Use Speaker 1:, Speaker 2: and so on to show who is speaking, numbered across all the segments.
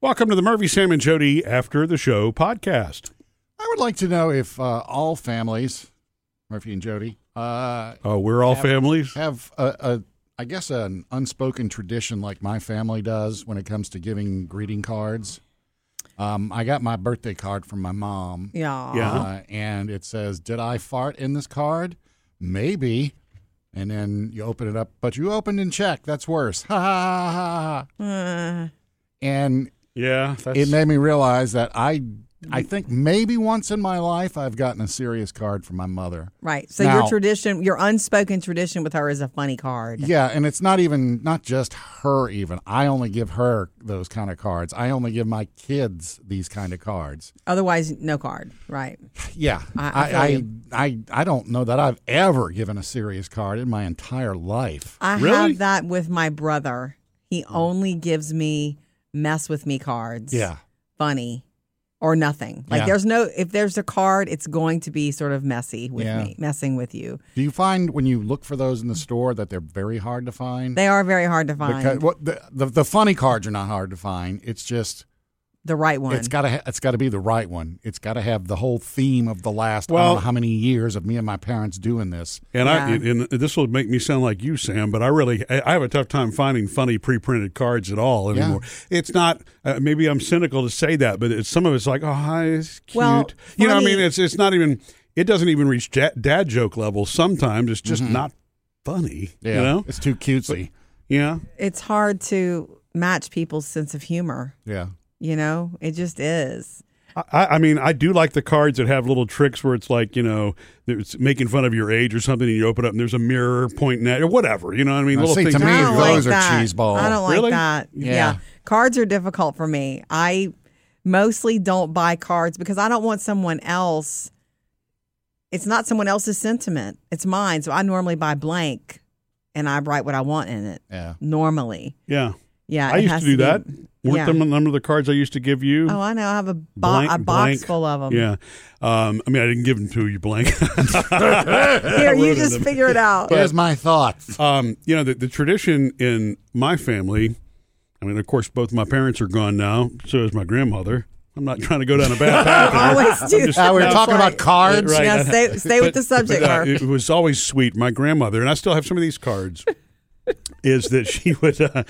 Speaker 1: Welcome to the Murphy, Sam, and Jody After the Show podcast.
Speaker 2: I would like to know if uh, all families, Murphy and Jody, uh,
Speaker 1: Oh, we're all
Speaker 2: Yeah.
Speaker 1: families.
Speaker 2: have a, a, I guess, an unspoken tradition like my family does when it comes to giving greeting cards. Um, I got my birthday card from my mom,
Speaker 3: Yeah.
Speaker 1: Yeah.
Speaker 2: uh, and it says, "Did I fart in this card? Maybe." And then you open it up, but you opened in check. That's worse. Ha ha ha ha. ha.
Speaker 3: Uh,
Speaker 2: And
Speaker 1: Yeah, that's,
Speaker 2: it made me realize that I, I
Speaker 3: Mm.
Speaker 2: think maybe once in my life I've gotten a serious card from my mother.
Speaker 3: right. So
Speaker 2: Now-
Speaker 3: your tradition, your unspoken tradition with her is a funny card.
Speaker 2: Yeah, and it's not even not just her even. I only give her those kind of cards. I only give my kids these kind of cards.
Speaker 3: Otherwise, no card. Right.
Speaker 2: Yeah.
Speaker 3: I- I
Speaker 2: I
Speaker 3: feel
Speaker 2: I, I, I don't know that I've ever given a serious card in my entire life.
Speaker 3: I
Speaker 1: Really?
Speaker 3: have that with my brother. He only gives me mess with me cards.
Speaker 2: Oh. Yeah.
Speaker 3: Funny or nothing. Like
Speaker 2: Yeah.
Speaker 3: there's no if there's a card, it's going to be sort of messy with
Speaker 2: Yeah.
Speaker 3: me, messing with you.
Speaker 2: Do you find when you look for those in the store that they're very hard to find?
Speaker 3: They are very hard to find.
Speaker 2: Because what the, the the funny cards are not hard to find. It's just
Speaker 3: the right one.
Speaker 2: it's got to ha- it's got to be the right one. It's got to have the whole theme of the last I
Speaker 1: Well-
Speaker 2: don't know how many years of me and my parents doing this.
Speaker 1: and I
Speaker 3: Yeah.
Speaker 1: and this will make me sound like you, Sam. But I really I I have a tough time finding funny pre-printed cards at all
Speaker 2: Yeah.
Speaker 1: anymore. It's not uh, maybe I'm cynical to say that, but it's, some of it's like oh hi, it's cute.
Speaker 3: Well,
Speaker 1: you know, what I
Speaker 3: funny-
Speaker 1: mean, it's it's not even it doesn't even reach da- dad joke level. Sometimes it's just not funny.
Speaker 2: Yeah,
Speaker 1: You know?
Speaker 2: it's too cutesy.
Speaker 1: Yeah.
Speaker 3: it's hard to match people's sense of humor.
Speaker 2: yeah.
Speaker 3: You know, it just is.
Speaker 1: I, I mean, I do like the cards that have little tricks where it's like, you know, it's making fun of your age or something, and you open up and there's a mirror pointing at or whatever. You know what I mean?
Speaker 2: Now,
Speaker 1: little
Speaker 2: see, to
Speaker 1: things.
Speaker 2: me,
Speaker 1: like
Speaker 3: I don't
Speaker 1: that.
Speaker 2: those
Speaker 3: like
Speaker 2: are
Speaker 3: that.
Speaker 2: cheese balls.
Speaker 3: I don't like
Speaker 1: Really?
Speaker 3: that.
Speaker 2: Yeah.
Speaker 3: Yeah. Cards are difficult for me. I mostly don't buy cards because I don't want someone else. It's not someone else's sentiment. It's mine. So I normally buy blank and I write what I want in it.
Speaker 2: Yeah.
Speaker 3: Normally.
Speaker 1: Yeah.
Speaker 3: Yeah.
Speaker 1: I
Speaker 3: it
Speaker 1: used
Speaker 3: has
Speaker 1: to do
Speaker 3: be-
Speaker 1: that. Weren't
Speaker 3: yeah.
Speaker 1: them a number of the cards I used to give you?
Speaker 3: Oh, I know. I have a, bo-
Speaker 1: Blank-
Speaker 3: a box
Speaker 1: blank.
Speaker 3: full of them.
Speaker 1: Yeah. Um, I mean, I didn't give them to you blank.
Speaker 3: Here, you
Speaker 1: Ruined
Speaker 3: just
Speaker 1: them.
Speaker 3: figure it out.
Speaker 2: Here's my thoughts.
Speaker 1: um, you know, the, the tradition in my family, I mean, of course, both my parents are gone now. So is my grandmother. I'm not trying to go down a bad path. here.
Speaker 3: Always do
Speaker 1: just-
Speaker 3: that.
Speaker 2: Uh, we were
Speaker 3: That's
Speaker 2: talking about
Speaker 3: right.
Speaker 2: cards.
Speaker 1: Right.
Speaker 3: Yeah, stay, stay with the subject,
Speaker 1: but, uh,
Speaker 3: Murph.
Speaker 1: it was always sweet. My grandmother, and I still have some of these cards. is that she would uh,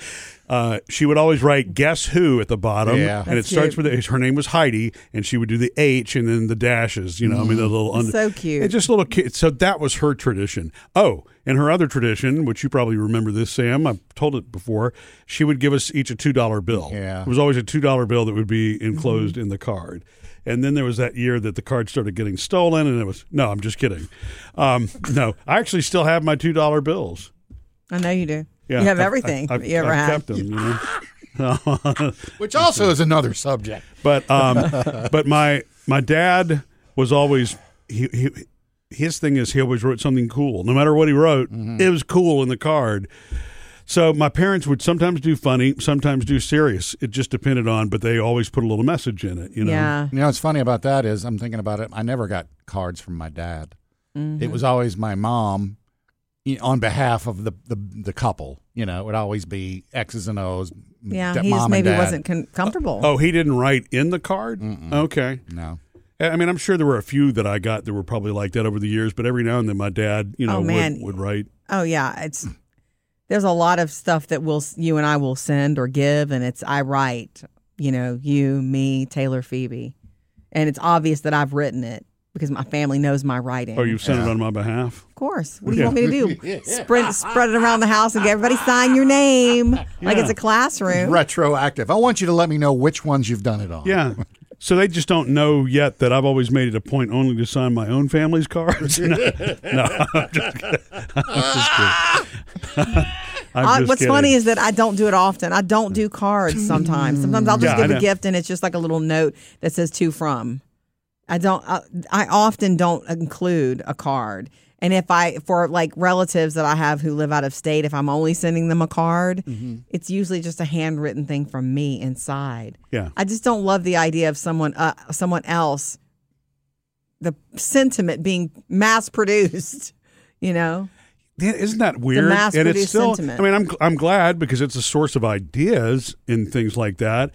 Speaker 1: uh, she would always write guess who at the bottom
Speaker 2: Yeah.
Speaker 1: and it
Speaker 3: That's
Speaker 1: starts
Speaker 3: cute.
Speaker 1: with a, her name was Heidi and she would do the H and then the dashes you know I mean the little
Speaker 3: That's Mm. so cute.
Speaker 1: it's just little kids so that was her tradition oh and her other tradition which you probably remember this Sam I've told it before she would give us each a two dollar bill
Speaker 2: Yeah.
Speaker 1: it was always a two dollar bill that would be enclosed in the card and then there was that year that the card started getting stolen and it was no I'm just kidding um, no I actually still have my two dollar bills.
Speaker 3: I know you do.
Speaker 1: Yeah,
Speaker 3: you have
Speaker 1: I've-
Speaker 3: everything
Speaker 1: I've,
Speaker 3: you ever
Speaker 1: I've
Speaker 3: had.
Speaker 1: kept them, you know?
Speaker 2: Which also is another subject.
Speaker 1: But um, but my my dad was always he, he his thing is he always wrote something cool. No matter what he wrote, it was cool in the card. So my parents would sometimes do funny, sometimes do serious. It just depended on, but they always put a little message in it. You know,
Speaker 3: Yeah.
Speaker 2: You know what's funny about that is I'm thinking about it. I never got cards from my dad. It was always my mom you know, on behalf of the, the the couple. You know, it would always be X's and O's.
Speaker 3: Yeah.
Speaker 2: d-
Speaker 3: he just
Speaker 2: mom and
Speaker 3: maybe
Speaker 2: dad.
Speaker 3: wasn't con- comfortable.
Speaker 1: Oh, he didn't write in the card. Okay.
Speaker 2: No.
Speaker 1: I I mean, I'm sure there were a few that I got that were probably like that over the years, but every now and then my dad, you know,
Speaker 3: Oh, man.
Speaker 1: would, would write.
Speaker 3: Oh yeah, it's there's a lot of stuff that will you and I will send or give, and it's I write, you know, you, me, Taylor, Phoebe, and it's obvious that I've written it because my family knows my writing.
Speaker 1: Oh, you've sent it on my behalf.
Speaker 3: Of course. What do you want me to do? Spread spread it around the house and get everybody sign your name like it's a classroom.
Speaker 2: Retroactive. I want you to let me know which ones you've done it on.
Speaker 1: Yeah. So they just don't know yet that I've always made it a point only to sign my own family's cards. no, no, I'm just kidding. I'm just kidding. I'm
Speaker 3: I,
Speaker 1: just
Speaker 3: Uh, what's
Speaker 1: kidding.
Speaker 3: funny is that I don't do it often. I don't do cards sometimes. Sometimes I'll just
Speaker 1: Yeah, I
Speaker 3: give
Speaker 1: know.
Speaker 3: a gift and it's just like a little note that says to from. I don't. I, I often don't include a card. And if I for like relatives that I have who live out of state, if I'm only sending them a card,
Speaker 1: Mm-hmm.
Speaker 3: it's usually just a handwritten thing from me inside.
Speaker 1: yeah,
Speaker 3: I just don't love the idea of someone uh, someone else, the sentiment being mass produced. You know.
Speaker 1: Yeah, isn't that weird? and it's
Speaker 3: mass-produced
Speaker 1: still.
Speaker 3: sentiment.
Speaker 1: I mean, I'm I'm glad because it's a source of ideas and things like that.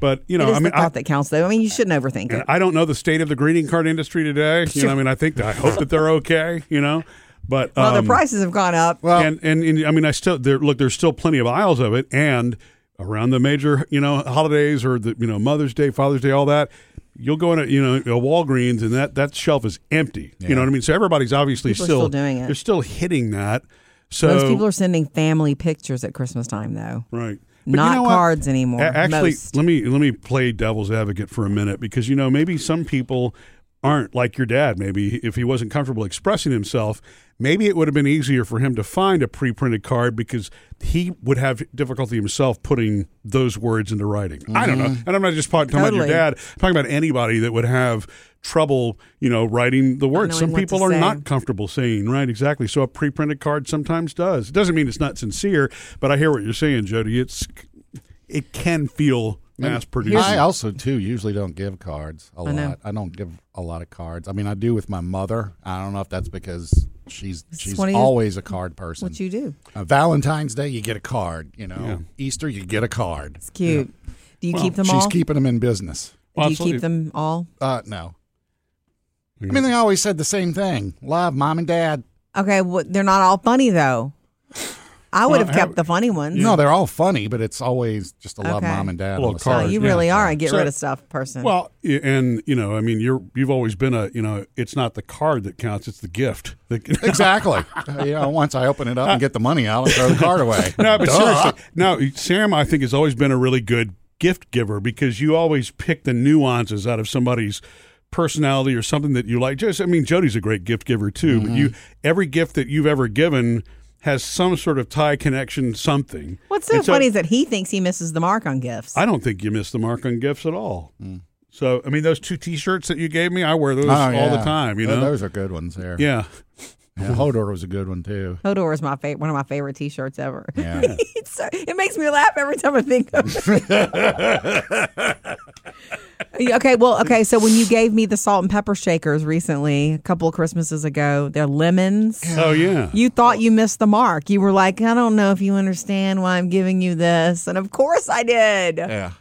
Speaker 1: But you know,
Speaker 3: it is
Speaker 1: I mean,
Speaker 3: the
Speaker 1: I,
Speaker 3: thought that counts, though. I mean, you shouldn't overthink
Speaker 1: and
Speaker 3: it.
Speaker 1: I don't know the state of the greeting card industry today. You know, I mean, I think I hope that they're okay. You know, but
Speaker 3: Well, the
Speaker 1: um,
Speaker 3: prices have gone up.
Speaker 2: Well,
Speaker 1: and, and and I mean, I still there. Look, there's still plenty of aisles of it, and around the major you know holidays or the you know Mother's Day, Father's Day, all that. You'll go in a you know a Walgreens and that that shelf is empty. You know what I mean. So everybody's obviously
Speaker 3: People are
Speaker 1: still,
Speaker 3: still doing it.
Speaker 1: They're still hitting that. So
Speaker 3: Most people are sending family pictures at Christmas time, though,
Speaker 1: right. But you
Speaker 3: not
Speaker 1: know what?
Speaker 3: cards anymore.
Speaker 1: A- Actually,
Speaker 3: Most.
Speaker 1: let me let me play devil's advocate for a minute because you know maybe some people aren't like your dad. Maybe if he wasn't comfortable expressing himself, maybe it would have been easier for him to find a pre-printed card because he would have difficulty himself putting those words into writing. I don't know, and I'm not just talking about
Speaker 3: Mm-hmm. Totally.
Speaker 1: your dad. I'm talking about anybody that would have trouble, you know, writing the words.
Speaker 3: knowing
Speaker 1: Some
Speaker 3: what to
Speaker 1: people are
Speaker 3: say.
Speaker 1: not comfortable saying, right? Exactly. So a pre-printed card sometimes does. It doesn't mean it's not sincere, but I hear what you're saying, Jody. It's it can feel mass produced.
Speaker 2: I also too usually don't give cards a
Speaker 3: I know.
Speaker 2: lot. I don't give a lot of cards. I mean, I do with my mother. I don't know if that's because she's she's
Speaker 3: one of your-
Speaker 2: always a card person.
Speaker 3: What you do?
Speaker 2: Uh, Valentine's Day, you get a card. You know, Easter, you get a card.
Speaker 3: It's cute. Do you keep them
Speaker 2: She's
Speaker 3: all?
Speaker 2: keeping them in business.
Speaker 3: do you keep them all?
Speaker 2: Uh, no. I mean, they always said the same thing: love, mom and dad.
Speaker 3: Okay, well, they're not all funny though. I would
Speaker 1: Well,
Speaker 3: have kept
Speaker 1: have-
Speaker 3: the funny ones.
Speaker 2: No, they're all funny, but it's always just a love,
Speaker 3: Okay.
Speaker 2: mom and dad.
Speaker 1: A little
Speaker 2: on the
Speaker 3: Wow,
Speaker 1: card.
Speaker 2: side.
Speaker 3: you
Speaker 1: yeah.
Speaker 3: really are a get
Speaker 1: So-
Speaker 3: rid of stuff person.
Speaker 1: Well, y- and you know, I mean, you're you've always been a you know, it's not the card that counts; it's the gift. That,
Speaker 2: Exactly. Uh, you know, once I open it up and get the money out, I throw the card away.
Speaker 1: no, but
Speaker 2: Duh.
Speaker 1: seriously, no. Sam, I think has always been a really good gift giver because you always pick the nuances out of somebody's personality or something that you like. Just, I mean, Jody's a great gift giver too. But you,
Speaker 2: Mm-hmm.
Speaker 1: every gift that you've ever given has some sort of tie connection, something.
Speaker 3: What's so,
Speaker 1: And
Speaker 3: funny is that he thinks he misses the mark on gifts.
Speaker 1: I don't think you missed the mark on gifts at all. So, I mean, those two T-shirts that you gave me, I wear those
Speaker 2: Mm. Oh,
Speaker 1: all the
Speaker 2: yeah.
Speaker 1: time. You
Speaker 2: Th-
Speaker 1: know,
Speaker 2: those are good ones there.
Speaker 1: yeah.
Speaker 2: Yeah, Hodor was a good one too.
Speaker 3: Hodor is my favorite, one of my favorite T-shirts ever.
Speaker 2: Yeah.
Speaker 3: It's so- it makes me laugh every time I think of it. Yeah, okay, well, okay. So when you gave me the salt and pepper shakers recently, a couple of Christmases ago, they're lemons.
Speaker 1: Oh, yeah.
Speaker 3: You thought you missed the mark. You were like, I don't know if you understand why I'm giving you this, and of course I did
Speaker 2: yeah.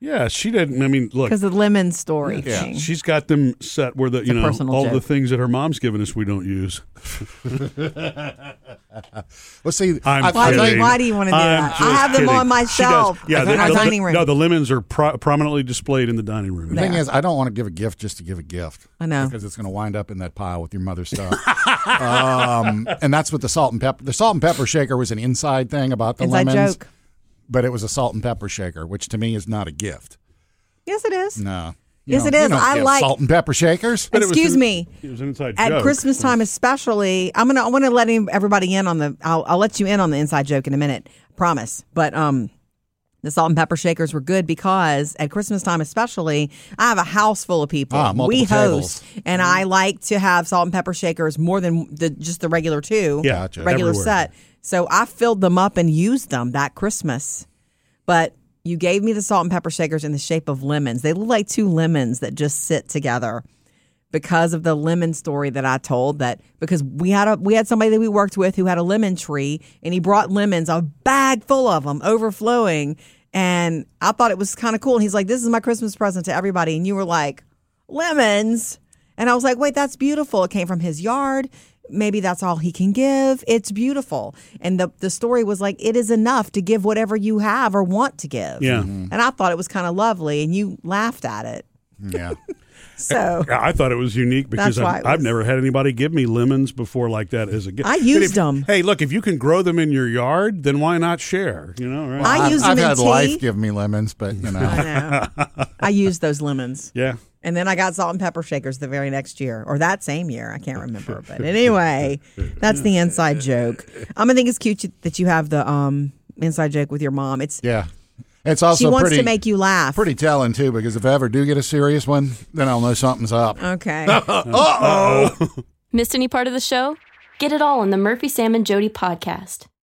Speaker 1: yeah, she didn't. I mean, look,
Speaker 3: because the lemon story
Speaker 2: Yeah.
Speaker 3: thing.
Speaker 1: she's got them set where the you
Speaker 3: a
Speaker 1: know
Speaker 3: personal
Speaker 1: all the
Speaker 3: joke.
Speaker 1: things that her mom's given us we don't use.
Speaker 2: Well, see,
Speaker 1: I'm
Speaker 2: I- I
Speaker 3: Why do you-
Speaker 1: kidding.
Speaker 3: why do you wanna do
Speaker 1: I'm
Speaker 3: that? I
Speaker 1: just
Speaker 3: have them
Speaker 1: kidding.
Speaker 3: on my
Speaker 1: She does.
Speaker 3: shelf
Speaker 1: Yeah,
Speaker 3: in
Speaker 1: the,
Speaker 3: our
Speaker 1: the-
Speaker 3: dining room.
Speaker 1: No, the lemons are pro- prominently displayed in the dining room.
Speaker 2: The thing is, I don't want to give a gift just to give a gift.
Speaker 3: I know.
Speaker 2: because it's going to wind up in that pile with your mother's stuff. um, and that's what the salt and pepper. The salt and pepper shaker was an inside thing about the
Speaker 3: Inside
Speaker 2: lemons,
Speaker 3: joke.
Speaker 2: but it was a salt and pepper shaker, which to me is not a gift.
Speaker 3: Yes, it is.
Speaker 2: No.
Speaker 3: Yes, it
Speaker 2: you
Speaker 3: is.
Speaker 2: don't
Speaker 3: I
Speaker 2: give
Speaker 3: like-
Speaker 2: salt and pepper shakers.
Speaker 1: it was
Speaker 3: Excuse
Speaker 1: an-
Speaker 3: me.
Speaker 1: It was an inside
Speaker 3: At
Speaker 1: joke. Mm.
Speaker 3: Christmas time, especially, I'm gonna I want to let any- everybody in on the. I'll, I'll let you in on the inside joke in a minute, promise. But um, the salt and pepper shakers were good because at Christmas time, especially, I have a house full of people.
Speaker 2: Ah, multiple
Speaker 3: we
Speaker 2: tables.
Speaker 3: host, and I like to have salt and pepper shakers more than the, just the regular two.
Speaker 1: Yeah,
Speaker 2: Gotcha.
Speaker 3: regular
Speaker 1: everywhere.
Speaker 3: set. So I filled them up and used them that Christmas. But you gave me the salt and pepper shakers in the shape of lemons. They look like two lemons that just sit together because of the lemon story that I told that because we had a we had somebody that we worked with who had a lemon tree and he brought lemons a bag full of them overflowing and I thought it was kind of cool and he's like this is my Christmas present to everybody and you were like lemons and I was like wait that's beautiful it came from his yard maybe that's all he can give it's beautiful and the the story was like it is enough to give whatever you have or want to give
Speaker 1: Yeah.
Speaker 3: and I thought it was kind of lovely and you laughed at it
Speaker 2: Yeah.
Speaker 3: so
Speaker 1: Yeah, I thought it was unique because
Speaker 3: That's why
Speaker 1: I've,
Speaker 3: it
Speaker 1: I've
Speaker 3: was-
Speaker 1: never had anybody give me lemons before like that as a gift.
Speaker 3: I
Speaker 1: And
Speaker 3: used
Speaker 1: if-
Speaker 3: them.
Speaker 1: Hey, look, if you can grow them in your yard, then why not share? You know, right?
Speaker 3: I
Speaker 2: I've,
Speaker 3: use them
Speaker 2: I've
Speaker 3: in
Speaker 2: had
Speaker 3: tea.
Speaker 2: life give me lemons, but you know,
Speaker 3: I know. I used those lemons.
Speaker 1: yeah.
Speaker 3: And then I got salt and pepper shakers the very next year or that same year. I can't remember. But anyway, that's the inside joke. I'm going to think it's cute you- that you have the um, inside joke with your mom. It's
Speaker 2: yeah. It's
Speaker 3: She
Speaker 2: also
Speaker 3: wants
Speaker 2: pretty
Speaker 3: to make you laugh.
Speaker 2: pretty telling too, because if I ever do get a serious one, then I'll know something's up.
Speaker 3: Okay.
Speaker 4: Missed any part of the show? Get it all on the Murphy, Sam, and Jody podcast.